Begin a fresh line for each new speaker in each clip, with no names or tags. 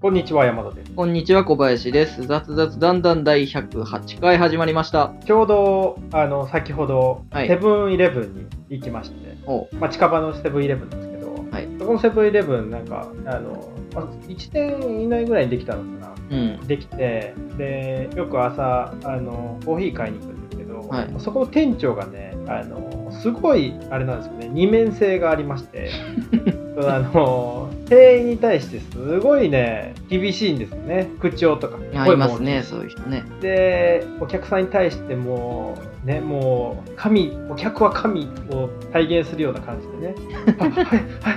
こんにちは、山田です。
こんにちは、小林です。雑雑談談第108回始まりました。
ちょうど、あの、先ほど、
はい
セブンイレブンに行きまして、
お
まあ、近場のセブンイレブンですけど、
はい
そこのセブンイレブン、なんか、あの、まあ1年以内ぐらいにできたのかな。
うん。
できて、で、よく朝、あの、コーヒー買いに行くんですけど、
はい
そこの店長がね、あの、すごい、あれなんですよね、二面性がありまして、 そのあの、店員に対してすごいね、厳しいんですよね。口調とか。
あ
声
り
も
ますね、そういう人ね。
でお客さんに対してもうねもう神お客は神を体現するような感じ でねあはい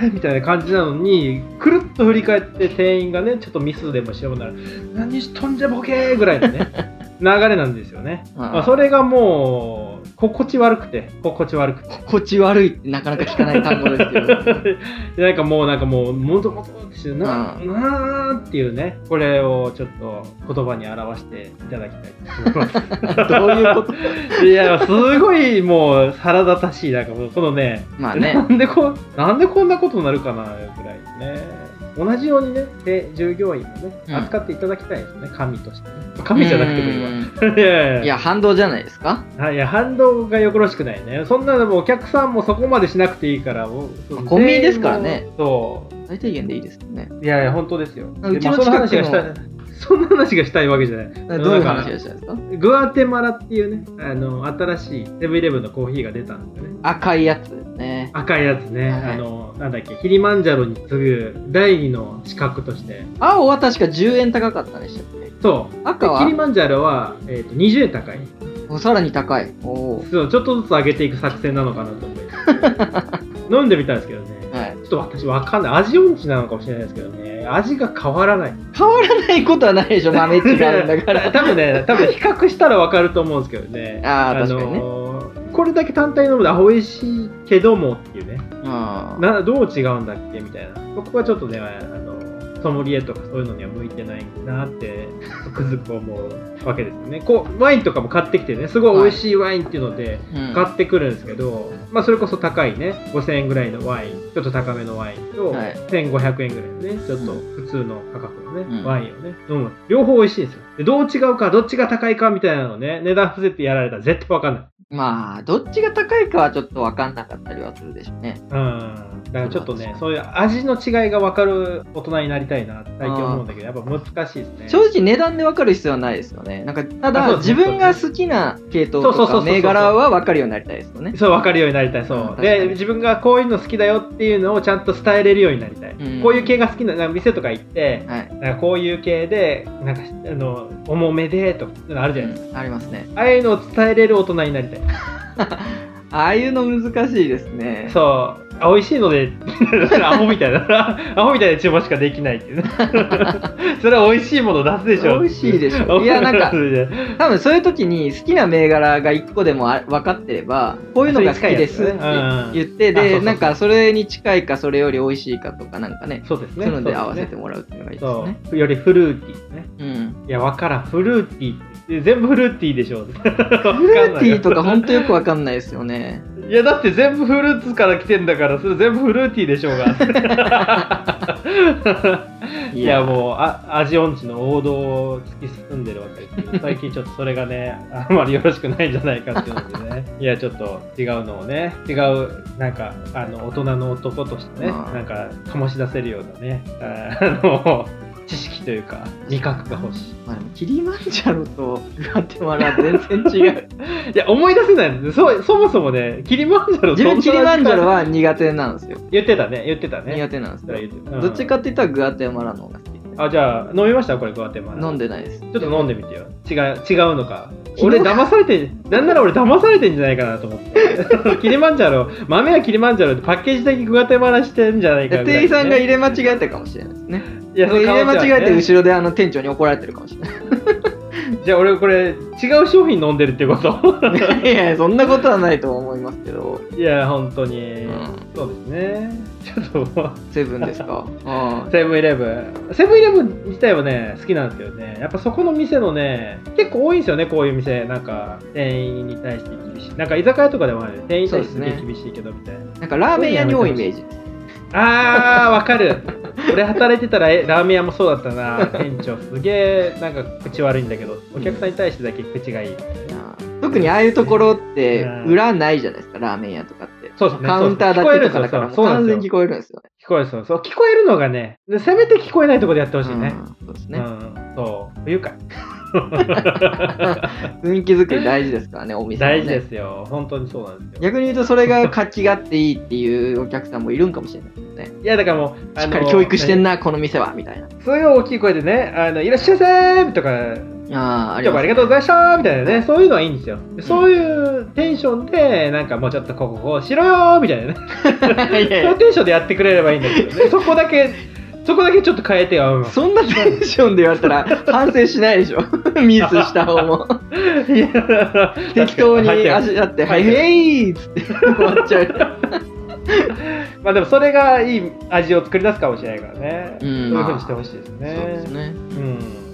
はいみたいな感じなのにくるっと振り返って店員がねちょっとミスでもしようなら何しとんじゃボケーぐらいの ね流れなんですよね、まあ、それがもう心地悪くて心地悪 くて
心地悪いってなかなか聞かない単語です けど。
でなんかもうなんかもうもともとってしてな,、
う
なーっていうねこれをちょっと言葉に表していただきたいと思います
どういうこと
いや、すごいもう腹立たしい、なんかもうこのね、
まあ
な
ね。
んでこなんでこんなことになるかなぐらいね。同じようにね、で従業員もね、
うん
扱っていただきたいですね、神としてね。神じゃなくてもいいわ。い
うん
や
いや、反動じゃないですか
やいや、反動がよろしくないね。そんなのもうお客さんもそこまでしなくていいから、もうその
コンビニですからね。
そ
最低限でいいですよね。
う。いやいや、本当ですよ。
うち
でまあ
の
その話
近
が
く
し
の
たい。そんな話がしたいわけじゃない。
どういう
だか
話
ら
でしたですか
グアテマラっていうね、あの、新しいセブンイレブンのコーヒーが出たんですよね。
赤いやつですね。
赤いやつね、
はい
あのなんだっけキリマンジャロに次ぐ第二の資格として
青は確か10円高かったでしたっけ
そう
赤
でキリ
は
マンジャロは、えー、と20円高い
おさらに高い。おー
そうちょっとずつ上げていく作戦なのかなと思います 飲んでみたんですけどね
はい、
ちょっと私わかんない味音痴なのかもしれないですけどね味が変わらない
変わらないことはないでしょ豆違うんだから
多分ね多分比較したらわかると思うんですけどね
あー確かにね
のーこれだけ単体に飲むとあ美味しいけどもっていうね
うん
などう違うんだっけみたいなそこはちょっとねあのソムリエとかそういうのには向いてないなってつくづく思うわけですよねこうワインとかも買ってきてねすごい美味しいワインっていうので
うん
買ってくるんですけど、まあ、それこそ高いね5000円ぐらいのワインちょっと高めのワインと、
はい
1500円ぐらいのねちょっと普通の価格のね、
うん
ワインをね飲む両方美味しいんですよでどう違うかどっちが高いかみたいなのね値段伏せてやられたら絶対分かんない
まあ、どっちが高いかはちょっと分かんなかったりはするでしょうね。
うんだからちょっとね、
そ
そういう味の違いが分かる大人になりたいなって最近思うんだけど、やっぱ難しいですね。
正直値段で分かる必要はないですよね。なんか、
あ
た
そ
だ
う
自分が好きな系統
そうそ
と
うそうそうそ
か
う
銘柄は分かるようになりたいですよね。
そう分かるようになりたい、そう
うん確。かに
で、自分がこういうの好きだよっていうのをちゃんと伝えれるようになりたい。
うん
こういう系が好きな、なんか店とか行って、
はい。
なんかこういう系で、なんか、あの、重めでとか、そういうのあるじゃないです
うんありますね。
か。ああいうのを伝えれる大人になりたい。
ああいうの難しいですね。
そう。あ美味しいので、 アホみたいな、アホみたいな注文しかできないってい うね。それは美味しいもの出すでしょ。
美味しいでしょいやなんか
それで
多分そういう時に好きな銘柄が1個でもあ分かってれば、こういうのが好きですって言って、
うんあそうそうそ
で、
う
なんかそれに近いかそれより美味しいかとかなんかね、
そうです
そう
ね。
いうので合わせて
も
もらうっていうのがいいです
そう
ね。
よりフルーティーね。
うん。
いや、わからん。フルーティーって。全部フルーティーでしょ。フル
フルーティーとか
ほ
ほんとよく分かんないですよね。
いや、だって全部フルーツから来てんだから、それ全部フルーティーでしょう が。いや、もう、あ味音痴の王道を突き進んでるわけですけ ど、最近ちょっとそれがね、あんまりよろしくないんじゃないかっていうのでね。 いや、ちょっと違うのをね、違う、なんか、あの、大人の男としてね、
あー
なんか、醸し出せるようなね、あの、知識というか、味覚が欲しい。
まあでもキリマンジャロとグアテマラは全然違 う
いや、思い出せないんですそうそもそもね、キリマンジャロ
自分キリマンジャロ
は
は苦手なんですよ
言ってたね、言ってたね。
苦手なんです
言
よ
ってた
どっち。かって言ったらグアテマラの方が好きです
うんあ、じゃあ、飲みましたこれ、グアテマラ。
飲んでないですちょ
ちょっと飲んでみてよ。違う、違うのか。
昨
俺、
日
騙されてん、なんなら俺、騙されてんじゃないかなと思 って。キリマンジャロ、豆はキリマンジャロってパッケージだけグアテマラしてんじゃないかぐらい
店員さんが入れ間違えたかもしれないですね
いや、その
入れ間違えて
後
後ろであの店長に怒られてるかもしれ
ろ。じゃあ、俺、これ、違う商品飲んでるってこと。
ないいやいやそんなことはないと思いますけど
いや、本当に。
ん
そうですね。ちょっと。
セブンですかあ
セブンイレブン。セブンイレブン自体はね、好きなんですけどね、やっぱそこの店のね、結構多いんですよね、こういう店。なんか、店員に対して厳しい。なんか居酒屋とかでもあるよね店員に対してすげえ
そうです
厳しいけどみたいな。
あなんかラーメン屋に多いイメージ
あー、わかる。俺働いてたらえラーメン屋もそうだったな店長すげえなんか口悪いんだけどお客さんに対してだけ口がいい
な特にああいうところって
うん
裏ないじゃないですか、ラーメン屋とかって。
そうですね
カウンターだけとかだから、もう
そうなんで
完
す
全
よ
に聞こえるんですよね。
聞こえるそうそう聞こえるのがねでせめて聞こえないところでやってほしいね、
うんそうです
うん
ね。
そう不愉快
雰囲気作り大事で すからね、お店、ね。
大事ですよ本当にそうなんですよ
逆に言うと、それが活気があっていいっていうお客さんもいるんかもしれないですね。
いやだからもう
しっかり教育してん
な
な、この店は、みたいな。
すごい大きい声でね「あのいらっしゃいませ!」とか
ああ、
「
あり
今日もあ
ま
り
す
がとうございました」みたいなねそういうのはいいんですよでそういうテンションでなんかもうちょっとこここうしろよーみたいなね
いや
そ
いや
のテンションでやってくれればいいんだけどねそこだけそこだけちょっと変えてようん
そんなテンションで言われたら 反省しないでしょ ミスした方も
いや
適当に
入ってます
足だって「は
入
い
ってます
へい!」っつって終わっちゃう
まあでもそれがいい味を作り出すかもしれないからね、
う
そうんいうふうにしてほしいですね
そうですね
う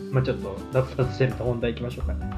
んまあちょっと脱脱してると本題いきましょうかね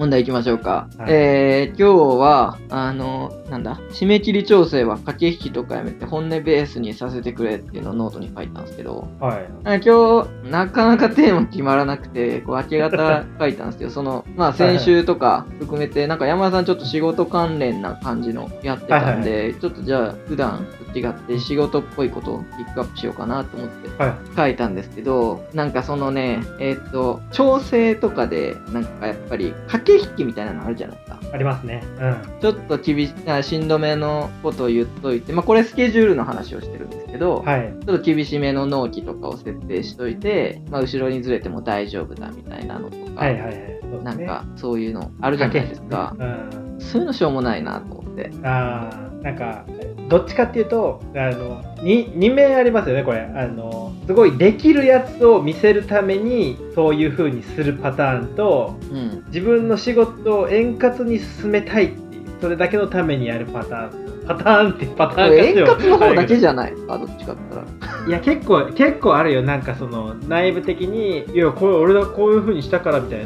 問題いきましょうか、
はい
えー、今日はあのなんだ締め切り調整は駆け引きとかやめて本音ベースにさせてくれっていうのをノートに書いたんですけど
はい
あ今日なかなかテーマ決まらなくてこう明け方書いたんですけどそのまあ先週とか含めてなんか山田さんちょっと仕事関連な感じのやってたんで、ちょっとじゃあ普段と違って仕事っぽいことをピックアップしようかなと思って
はい
書いたんですけどなんかそのねえーっと調整とかでなんかやっぱり駆け引きみたいなのあるじゃないですか。
ありますねうん
ちょっと厳しあしんどめのことを言っといて、まあ、これスケジュールの話をしてるんですけど、
はい
ちょっと厳しめの納期とかを設定しといて、まあ、後ろにずれても大丈夫だみたいなのとか、
はいはいはいそうですね
なんかそういうのあるじゃないですか、
うん
そういうのしょうもないなと思って。
あーなんかどっちかっていうとあの 2, 2面ありますよねこれあのすごいできるやつを見せるためにそういう風にするパターンと
うん、
自分の仕事を円滑に進めたいっていうそれだけのためにやるパターンパターンってパターン化しよ
円
う
滑の方だけじゃないですか、どっちかって言ったら。
いや結構結構あるよなんかその内部的にいやこれ俺がこういう風にしたからみたい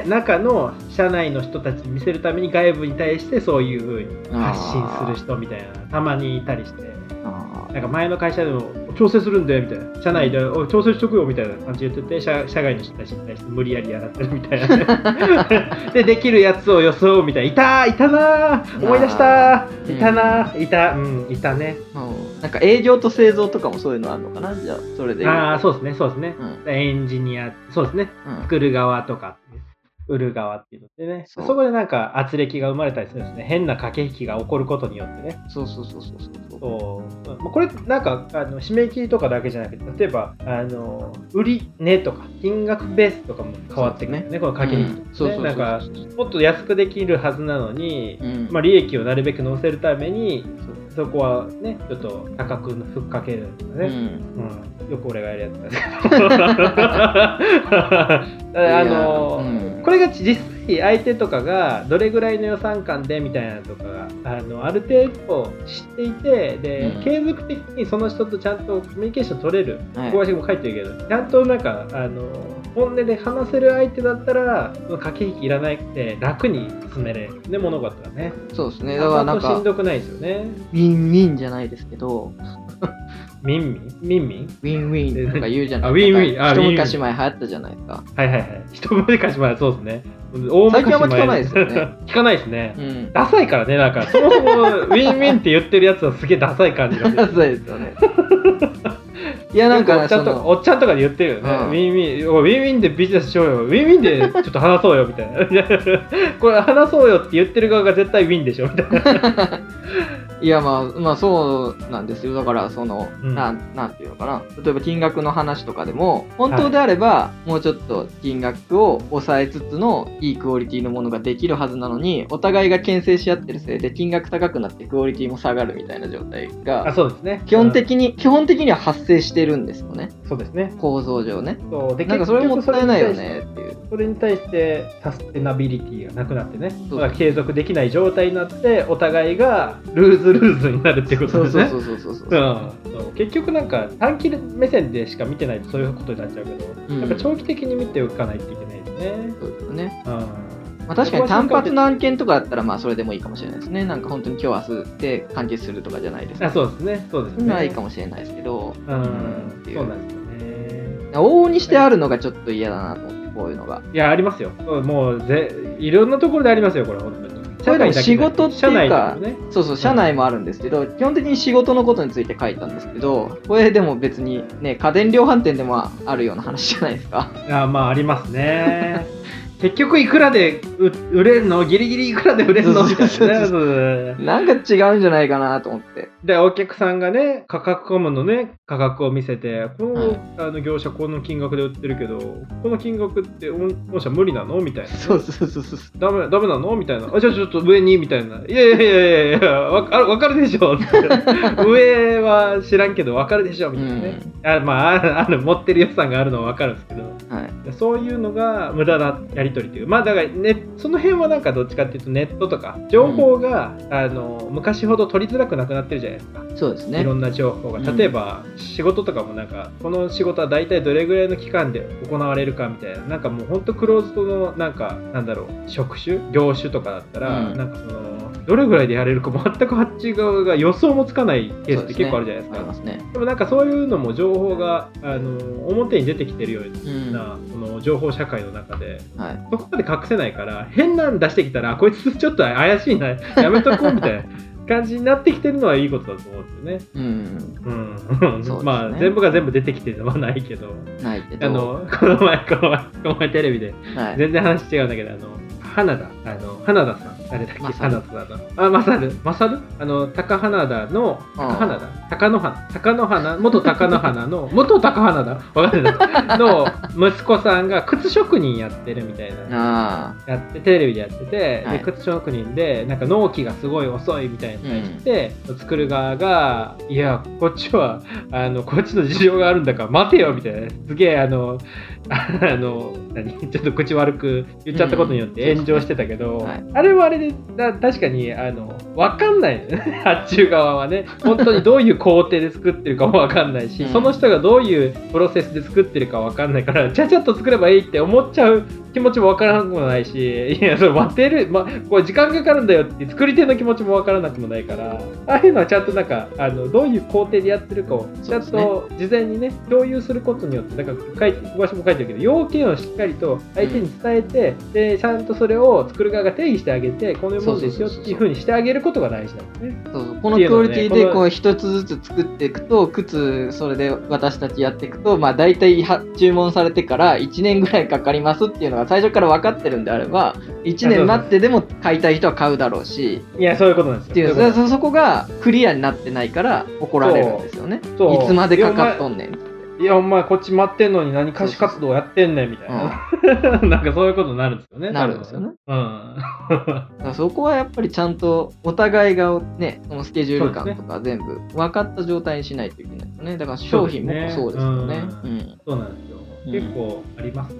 なな中の社内の人たちに見せるために外部に対してそういう風に発信する人みたいなたまにいたりして
あ
なんか前の会社でも調整するんでみたいな社内でおい調整しとくよみたいな感じで言ってて社社外の人たちに対して無理やりやらせるみたいな、 ね、でできるやつを装うみたいないたいたなー思い出したーいたなーいたうんいたね
ーうんなんか営業と製造とかもそういうのあるのかな、じゃあ、それで言うと。
ああそうですねそうですね
うん
エンジニア、そうですね、
うん
作る側とか、売る側っていうのでね、
そ
そうこでなんか、圧力が生まれたりするんですね、変な駆け引きが起こることによってね、
そうそうそうそうそうそう。
そうまあこれ、なんかあの、締め切りとかだけじゃなくて、例えば、あの売り値とか、金額ベースとかも変わってくるよね、この駆け引きとかね、
うんそうそうそう
なんか、もっと安くできるはずなのに、
うん
まあ、利益をなるべく乗せるために、
そう
そこはね、ちょっと高くふっかけるとかね。
うん
うん、よく俺がやるやつだ ねあの、
うん
これが実際相手とかがどれぐらいの予算感でみたいなのとかがあのある程度知っていてで、
うん
継続的にその人とちゃんとコミュニケーション取れる
はい
小林も書いてるけどちゃんとなんかあの本音で話せる相手だったらその駆け引きいらなくて楽に進めれるね物事はね
そうですね。だから
あ
なん
とし
か
ん、どくないですよね
ウィンウィンじゃないですけど、
ミンミンミンミン
ウィンウィンとか言うじゃない
あウィンウィンあ
なんか
ウィンウィン
一昔前流行ったじゃないですか。
はいはい はい。一昔前、そうですね。大昔前
最近あんま聞かないですよね。
聞かないですね
う。ん。
ダサいからね、なんか、 そもそもウィンウィンって言ってるやつはすげえダサい感じがす
ダ
る。
サいです よね。いや、なんか
お
ね、
っちゃ
そ
んと
の、
おっちゃんとかで言ってるよね、
うん
ウィンウィンおいウィンウィンでビジネスしようよウィンウィンでちょっと話そうよみたいな これ話そうよって言ってる側が絶対ウィンでしょみたいない
や、まあ、まあ、そうなんですよ。だから、その、
うん
なん、なんていうのかな。例えば、金額の話とかでも、本当であれば、もうちょっと金額を抑えつつの、いいクオリティのものができるはずなのに、お互いが牽制し合ってるせいで、金額高くなって、クオリティも下がるみたいな状態
あ
が、
そうですね
基本的に、基本的には発生してるんですよね。
うんそうですね
構造上ね。
そうで
なんかそれもっ
結局
たい
に
ないよ
対して
ねっていう。
それに対してサステナビリティがなくなってね
そう
まあ継続できない状態になってお互いがルーズルーズになるってこと
そ
で
う
す
そ
ね
うそうそうそうそう。
うんそう結局なんか短期目線でしか見てないとそういうことになっちゃうけど、
うん
やっぱ長期的に見ておかないといけないですね。
そうですよね。
うん
まあ、確かに単発の案件とかだったら、まあ、それでもいいかもしれないですね。なんか本当に今日明日で完結するとかじゃないですか。
あそうですね、そうですね。
ないかもしれないですけど、
う
っ
ん
て、い
そううなんですよね。
往々にしてあるのがちょっと嫌だなと思って、こういうのが。
いや、ありますよ。もうぜ、いろんなところでありますよ、これ、本当に。
これでも仕事っていうか
社内だけじゃなくて社内でもね。
そうそう、社内もあるんですけど、基本的に仕事のことについて書いたんですけど、これでも別にね、家電量販店でもあるような話じゃないですか。
あまあありますね 結局いくらでう売れるのギリギリいくらで売れるのみたいなね
そうそうそう
そう
なんか違うんじゃないかなと思って。
でお客さんがね価格コムのね価格を見せてこの,、
はい
あの業者この金額で売ってるけどこの金額って御御社無理なのみたいな
そうそうそうそう。
ダメダメなのみたいなあじゃあちょっと上にみたいないやいやいやいやいやわかわかるでしょって上は知らんけどわかるでしょみたいなね、あまああるある持ってる予算があるのはわかるんですけど
うん。はい。
そういうのが無駄なやり取りというまあだから、ね、その辺はなんかどっちかっていうとネットとか情報が、あの昔ほど取りづらくなくなってるじゃないですか、
そうです
い
ね
ろ。んな情報が
うん
例えば、仕事とかもなんかこの仕事は大体どれぐらいの期間で行われるかみたいななんかもうほんとクローズドのなんかなんだろう職種業種とかだったら、
うん
なんかそのどれぐらいでやれるか全くあっち側が予想もつかないケースって結構あるじゃないです
あ
か
りますね。
でもなんかそういうのも情報があの表に出てきてるように
うん。は
なその情報社会の中で
い。
そこまで隠せないから変なん出してきたらあこいつちょっと怪しい なやめとこうみたいな感じになってきてるのはいいことだと思うんですよね。
うん。
うん、
そうですね
まあ全部が全部出てきてるのはないけど
ないけど。
あのこの前この前この前テレビで
はい。
全然話違うんだけどあの花田あの花田さん誰だっけ
マサル
花田さんあマサルマサルあの高花田の高花田高野花高野花元高野花の 元高花田わかんないの息子さんが靴職人やってるみたいな
あ
やってテレビでやってて、
はい
で靴職人でなんか納期がすごい遅いみたいな
あ。うん。
で作る側が「いやこっちはあのこっちの事情があるんだから待てよ」みたいなすげえあの あの何ちょっと口悪く言っちゃったことによっ
うんう
て
ん
炎上してたけど、
はい
あれはあれでだ確かにあの分かんない 発注側はね本当にどういう工程で作ってるかも分かんないし、
うん
その人がどういうプロセスで作ってるか分かんないからちゃちゃっと作ればいいって思っちゃう気持ちも分からなくもないしいやそれ待てる、ま、こう時間かかるんだよって作り手の気持ちも分からなくもないからああいうのはちゃんとなんかあのどういう工程でやってるかをちゃん
そ
と事前にね共有することによってなんか書いて小林も書いてるけど要件をしっかりと相手に伝えて、でちゃんとそれを作る側が定義してあげてこのものですよっていうふうにしてあげることが大事なんですね。
そうそうこのクオリティでこう一つずつ作っていくと靴それで私たちやっていくとまあ大体は注文されてから1年ぐらいかかりますっていうのが最初から分かってるんであれば1年待ってでも買いたい人は買うだろうし
いやそういうことなんですよ
っていう
そういうこと
そそこがクリアになってないから怒られるんですよね
そう
いつまでかかっとんねん
いやお前こっち待ってんのに何歌手活動やってんねんみたいな、 なんかそういうことになるんですよね
なるんですよね
多分ねうん
だからそこはやっぱりちゃんとお互いがね、そのスケジュール
そう
感
で
とか全部分かった状態にしないといけないですね。だから商品もそうですよ
そう
ね。う
で
ん。
そうなんですよ。
うん
結構ありますね。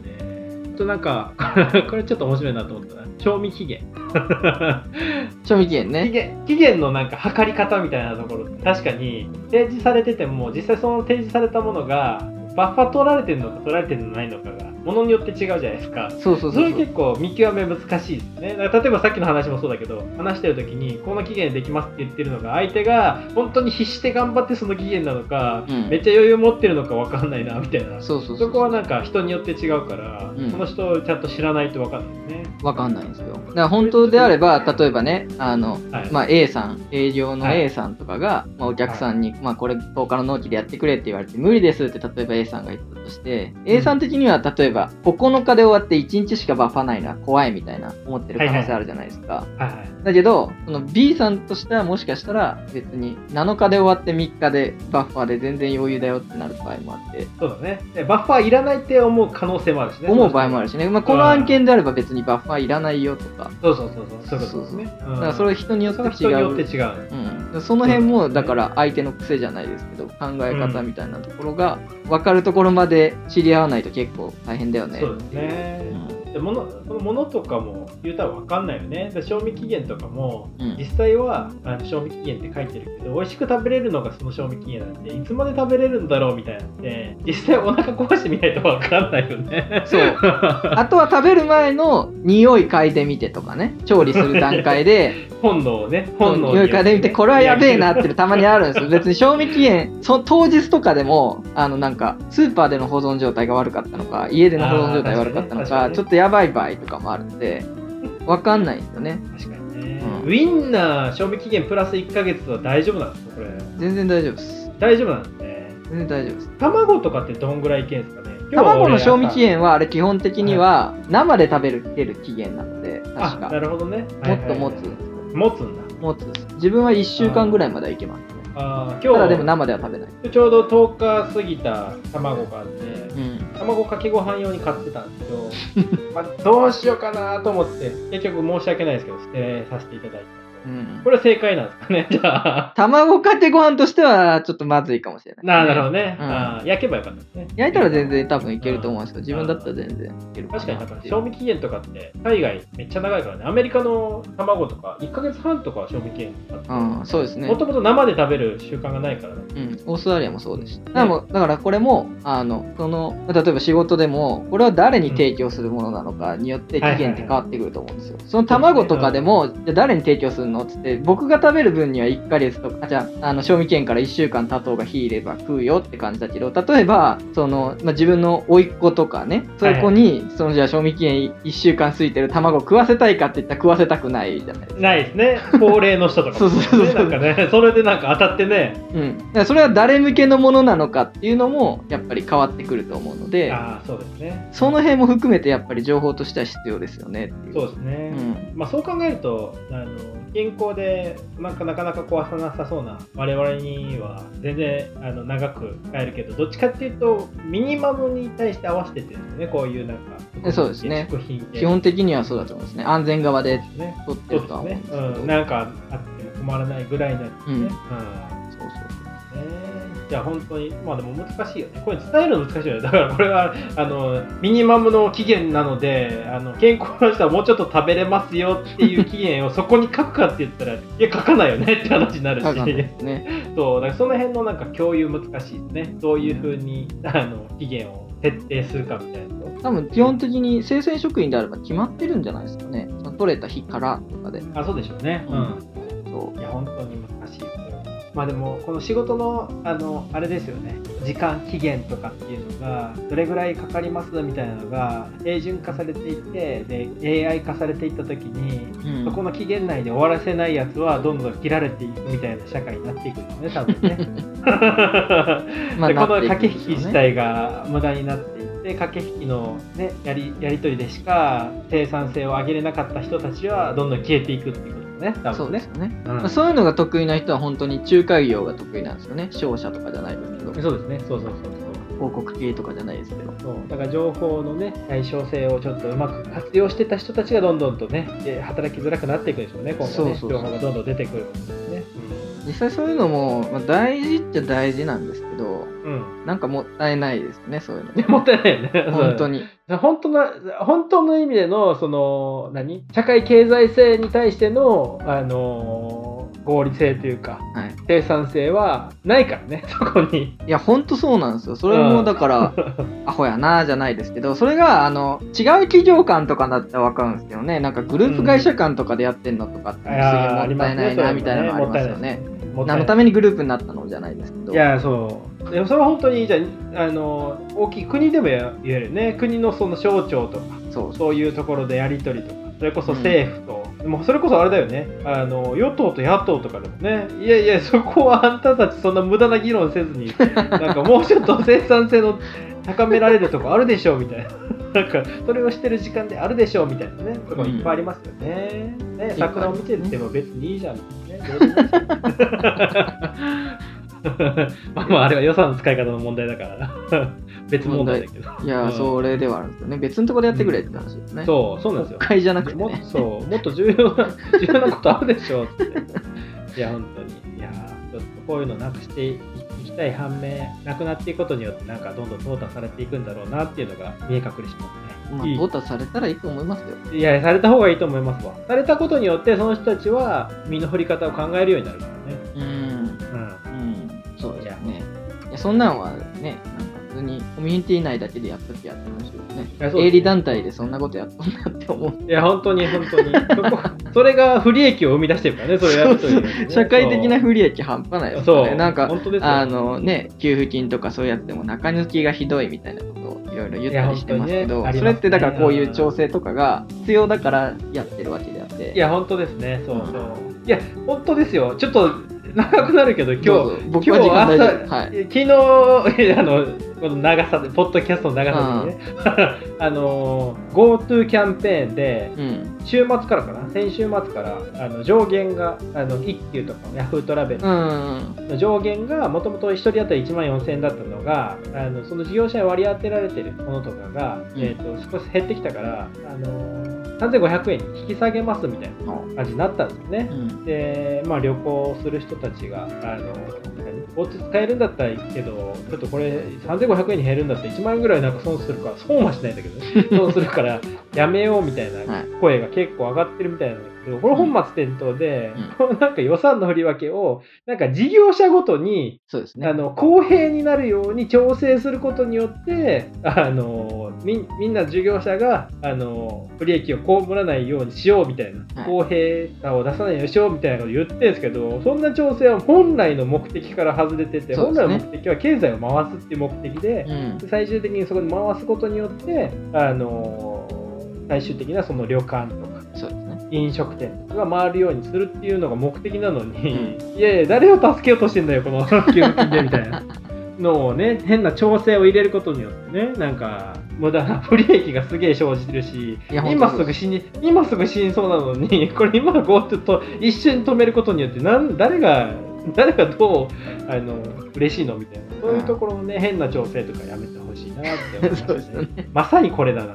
あとなんか、 これちょっと面白いなと思ったな。賞味期 限。
賞味期限
期
ね。
限期限のなんか測り方みたいなところって確かに提示されてても実際その提示されたものがバッファ取られてるのか取られてるのないのかがものによって違うじゃないですか。
そうそう
そ
そう
れ
そう。
結構見極め難しいですねだから例えばさっきの話もそうだけど話してる時にこの期限できますって言ってるのが相手が本当に必死で頑張ってその期限なのか、
うん
めっちゃ余裕持ってるのか分かんないなみたいな
そうそうそう。
そこはなんか人によって違うから、
うん
その人をちゃんと知らないと分かんないですね。
わかんないんですよ。だから本当であれば、例えばね、あの、
はい
まあ A さん、営業の
はい
A さんとかが、まあお客さんに、まあこれ10日の納期でやってくれって言われて、無理ですって例えば A さんが言ったとして、A さん的には例えば9日で終わって1日しかバッファないな、怖いみたいな思ってる可能性あるじゃないですか。
はいはい
だけど、その B さんとしてはもしかしたら別に7日で終わって3日でバッファーで全然余裕だよってなる場合もあって、
そうだねでバッファーいらないって思う可能性もあるしね
思う場合もある
し
しね、まあ、この案件であれば別にバッファーいらないよとか、
そうそうそうそうそういうことですねうん
だからそれは人によって
そ
違
れは人によって
う。
違う
うん、その辺もだから相手の癖じゃないですけど考え方みたいなところが分かるところまで知り合わないと結構大変だよね
そうですね
うん
でものそのものとかも言うたら分かんないよねで賞味期限とかも、
うん
実際はあの賞味期限って書いてるけど美味しく食べれるのがその賞味期限なんでいつまで食べれるんだろうみたいなのって実際お腹壊してみないと分かんないよね
そう あとは食べる前の匂い嗅いでみてとかね調理する段階で
本能をね
そう
本能に
匂い嗅いでみてこれはやべえなっていうのたまにあるんです よ別に賞味期限その当日とかでもあのなんかスーパーでの保存状態が悪かったのか家での保存状態が悪かったの
あー確
か
かに
ちょっとやばい場合とかもあるんでわかんないんですよね
確かにね、
うん
ウインナー賞味期限プラス1ヶ月は大丈夫なんですかこれ
全然大丈夫です
大丈夫なんですね
全然大丈夫です
卵とかってどんぐらいいけんすかね今日は俺
卵の賞味期限はあれ基本的には生で食べるける期限なので
あ
確
な
か
るほどね
もっと持
はい
つ
はいはい持つんだ
持つです自分は1週間ぐらいまではいけますね
あー
ただで
今
も
日
生では食べない
ちょうど10日過ぎた卵があって
うん
卵かけご飯用に買ってたんですけ ど、まあ、どうしようかなと思って結局申し訳ないですけど捨てさせていただいた
うん
で
ん
これは正解なんですかねじゃあ
卵かけご飯としてはちょっとまずいかもしれない
ななるほどね、
うん
あー焼けばよかったですね
焼いたら全然多分いけると思うんですけど自分だったら全然いけるかな
確かにだか
っ
ら
てい
賞
う
味期限とかって海外めっちゃ長いからねアメリカの卵とか1ヶ月半とかは賞味期限あって
うんそうですね
もともと生で食べる習慣がないからね
うん、オーストラリアもそうですだからもうだからこれもあのその例えば仕事でもこれは誰に提供するものなのかによって期限って変わってくると思うんですよ、その卵とかでもじゃあ誰に提供するのっつって僕が食べる分には1ヶ月とかあじゃああの賞味期限から1週間経とうが火いれば食うよって感じだけど例えばその、まあ、自分の甥っ子とかねそういう子にそのじゃあ賞味期限1週間過ぎてる卵食わせたいかって言ったら食わせたくないじゃないですか
ないですね高齢の人とかもね、
そうそうそうそう
なんかねそれでなんか当たってね
うん、だからそれは誰向けのものなのかっていうのもやっぱり変わってくると思うので
ああそうですね
その辺も含めてやっぱり情報としては必要ですよねっていう
そうですね、
うん
まあ、そう考えるとあの健康でなんかなかなか壊さなさそうな我々には全然あの長く使えるけどどっちかっていうとミニマムに対して合わせてってるんですよねこういうなんか
そうですね
食品系
基本的にはそうだと思いますね安全側で
ね
取っ
そう
てる
で
とは
す
思うん
ね
ですけ
う
ど
ん、なんかあっても困らないぐらいなんですね、
うん
うん
そうそう
ねじゃあ本当にまあでも難しいよねこれ伝えるの難しいよねだからこれはあのミニマムの期限なのであの健康な人はもうちょっと食べれますよっていう期限を そこに書くかって言ったらいや書かないよねって話になるし
だからですね
そうだからその辺のなんか共有難しいですねどういうふうにあの期限を設定するかみたいなの
多分基本的に生鮮食品であれば決まってるんじゃないですかねその取れた日からとかで
あそうでしょうね
う
うんん
そ
いや本当に難しいですよまあでもこの仕事のあのあれですよね時間期限とかっていうのがどれぐらいかかりますみたいなのが平準化されていってで AI 化されていった時に
う、うん
そこの期限内で終わらせないやつはどんどん切られていくみたいな社会になっていくんですね多分ね。
まあ
でこ
な
の
っていくん
駆け
で
引
しょうね
き自体が無駄になっていって駆け引きの、ね、やりやり取りでしか生産性を上げれなかった人たちはどんどん消えていくっていうことですね多
そう
分
で
ね
す。よね、
うん
まあそういうのが得意な人は本当に仲介業が得意なんですよね商社とかじゃないですけど
そうですね、そうそうそうそう
広告系とかじゃないですけど
そう。だから情報のね、対称性をちょっとうまく活用してた人たちがどんどんとね、で働きづらくなっていくでしょうね、今後ね。
そうそうそう
情報がどんどん出てくるんですね。
実際そういうのも、まあ、大事っちゃ大事なんですけど
うん。
なんかもったいないですねそういうの
で もったいないよね。
本当に
そう本当の、本当の意味での、その、何社会経済性に対しての、あのー合理性というか、
はい
生産性はないからね、そこに。
いや本当そうなんですよそれもだ から、アホやなじゃないですけどそれがあの違う企業間とかだったら分かるんですけどねなんかグループ会社間とかでやってんのとかってすげえもったいないなみたいなのありますよね。
もったいな
何の
い
ためにグループになったのじゃないですけど
いやそうでもそれは本当にじゃああの大きい国でもや言えるよね国のその省庁とか
そう
そういうところでやり取りとかそれこそ政府と、でもそれこそあれだよねあの与党と野党とかでもねいやいやそこはあんたたちそんな無駄な議論せず になんかもうちょっと生産性の高められるとこあるでしょうみたいな。 なんかそれをしてる時間であるでしょうみたいなねとこいっぱいありますよね,、ね桜を見てるっても別にいいじゃんねどうでもいいじゃん まあまああれは予算の使い方の問題だから 別問題だけど
いや、
うん
それではあるんですよね別のところでやってくれって話ですね、
そうそうなんです
国
よ
会じゃなくて
も
ね
そうもっと重要な重要なことあるでしょうっていや本当にいやーちょっとこういうのなくしていきたい反面なくなっていくことによってなんかどんどん淘汰されていくんだろうなっていうのが見え隠れしますね。
まあ、
いい
淘汰されたらいいと思いますよ。
いやされた方がいいと思いますわされたことによってその人たちは身の振り方を考えるようになるからね
うん。
うん
うん。そうですね。いや、そんなんはね、なんか普通にコミュニティ内だけでやったってやってましたよね。
いやそうです
営利団体でそんなことやったんだって思う。
いや本当に本 当にそこそれが不利益を生み出してるからねそれをやるという、ね、
社会的な不利益半端ないです
そ
よ
う
ね。なんか、
本当ですよ
あのね、給付金とかそういうやつでも中抜きがひどいみたいなことをいろいろ言ったりしてますけ
いや本当に
ど、
ねありますね
それってだからこういう調整とかが必要だからやってるわけであって。
いや本当ですねそうそういや本当ですよちょっと長くなるけど
どう
今
ぞ
日
僕
今
は
日
時間大丈夫。
朝
はい。
昨日 あのこの長さでポッドキャストの長さでね、 あの GoTo キャンペーンで
うん。
週末からかな先週末からあの上限があの一級とかヤフートラベル
うん。
の上限がもともと1人当たり1万4000円だったのがあのその事業者に割り当てられてるものとかが、
うん
えー、と少し減ってきたからあの3500円に引き下げますみたいな感じになったんですね。
うん
で、まあ、旅行する人たちが、あの、お家使えるんだったらいいけど、ちょっとこれ3500円に減るんだったら1万円ぐらいなんか損するから、損はしないんだけど、 ね、損するからやめようみたい
は
ない声が結構上がってるみたいなんだけど、これ本末転倒で
うん、
このなんか予算の振り分けを、なんか事業者ごとに、
そうですね
あ。の公平になるように調整することによってあのみみんな事業者があの不利益を被らないようにしようみたいな、
はい
公平さを出さないようにしようみたいなことを言ってるんですけどそんな調整は本来の目的から外れてて、
そう
本
ですね
来の目的は経済を回すっていう目的で、
うん。
最終的にそこに回すことによってあの最終的なその旅館とか
そうですね。
飲食店が回るようにするっていうのが目的なのに、
う
いやいや誰を助けようとしてんだよこの 給付金でみたいなのをね変な調整を入れることによってねなんか無駄な不利益がすげえ生じてるし
いや本当
今
そう
すぐ死に今すぐ死にそうなのに これ今 GoTo と一緒に止めることによってなん誰が誰がどうあの嬉しいのみたいなそういうところのね、変な調整とかやめてほしいなって思いま
そうで
し
す
た
よ
ね
ね。
まさにこれだな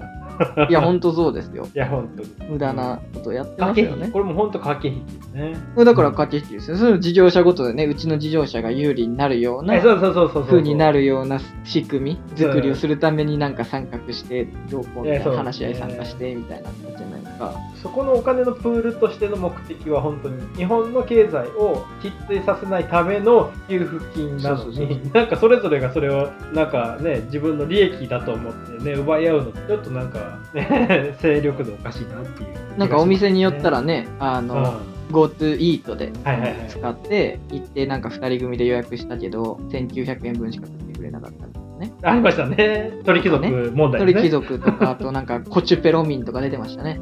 い
や、本当そうですよ。
や本当に
無駄なことやってま
駆
す
け
よ
引き
ね。
これも本当駆け引きですね
これだから駆け引きですよ。それを事業者ごとでね、うちの事業者が有利になるような
えそうそうそうそうそう
風にな
る
るような仕組み作りをするためになんか参画して、どうこうみたい
いやそ
な
う
話し合い参加してみたいなことじゃないですか。
そこのお金のプールとしての目的は本当に日本の経済を喫水させないための給付金なの
そうそう
になんかそれぞれがそれをなんかね自分の利益だと思ってね奪い合うのってちょっとなんかね 勢力度おかしいなっていう
なんかお店によったらね、あ
う
の、
ん
GoTo イートで
はいはいはい
使って、行ってなんか2人組で予約したけど、1900円分しか取ってくれなかったんですね。
ありましたね鳥貴族問題
鳥
ね
貴 族とか、あとなんかコチュペロミンとか出てましたね。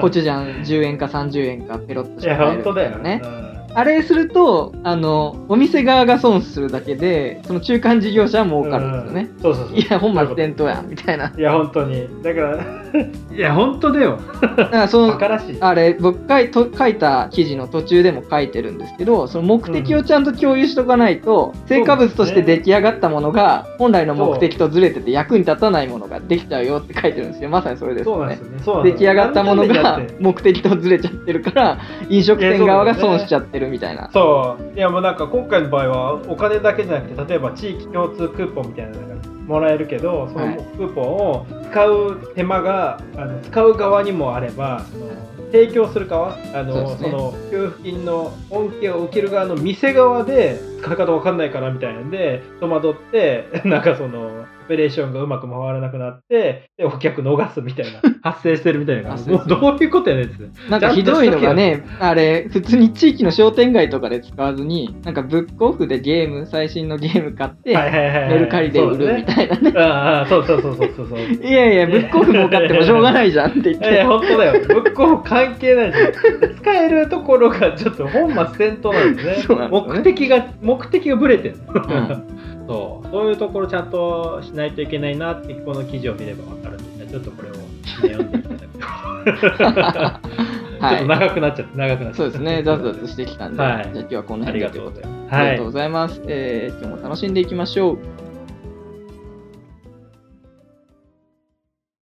コチュジャン10円か30円かペロッとし
い
か
や
買える
本当
みた
だ
いな
よ
ね
ね。
あれすると、あの、お店側が損するだけで、その中間事業者は儲かるんですよね。
うんそうそうそう
いや、本末転倒やん、みたいな。
いや本当にだから いや本当だよ
だからそ
馬
の
鹿らしい
あれ僕書いと書いた記事の途中でも書いてるんですけどその目的をちゃんと共有しとかないと、成果物として出来上がったものが本来の目的とずれてて役に立たないものができちゃうよって書いてるんですよまさにそれです
そう
よ
なんで
ね
すよね。そうなん
出
ですよ
来上がったもの
だっ
が
て
目的とずれちゃってるから飲食店側が損しちゃってるみたいな
そう。いやもうなんか今回の場合はお金だけじゃなくて、例えば地域共通クーポンみたいなのがもらえるけど、そ
はい
のクーポンを使う手間が、あの使う側にもあれば、その提供する側、あの
そ
そ,、
うですね
の給付金の恩恵を受ける側の店側で使い方わかんないからみたいなんで戸惑って、 なんかその。オペレーションがうまく回らなくなって、でお客逃すみたいな、発生してるみたいな、
発生
も
す
う
る
どういうことやねんって。
なんかひどいのがね、あれ、普通に地域の商店街とかで使わずに、なんかブックオフでゲーム、最新のゲーム買って、
はいはいはいはい
メルカリで売るみたいなね。
ああ、そうそうそうそうそうそう。い
いやいや、ブックオフ儲かってもしょうがないじゃんって言っ
やいや、
て。
本当だよ。ぶっこも関係ないし、使えるところがちょっと本末転倒なんです
そ
ね。
うな
目
んですよね
的が、目的がぶれてる、
ん
そう。そういうところちゃんとしないといけないなって、この記事を見ればわかるんで、ちょっとこれを、ね、読んでいただくと。ちょっと
は
長くなっちゃって、長くなっち
い。
ゃ
そう
って。
ですね、ザズザズしてきたんで、
はい
じゃあ今日はこの
あり
辺で
が
とい
と
う
うご
こと
ざい
で。
ます。
あ
は
りが
い
とう。ございます。えー今日も楽しんでいきましょう。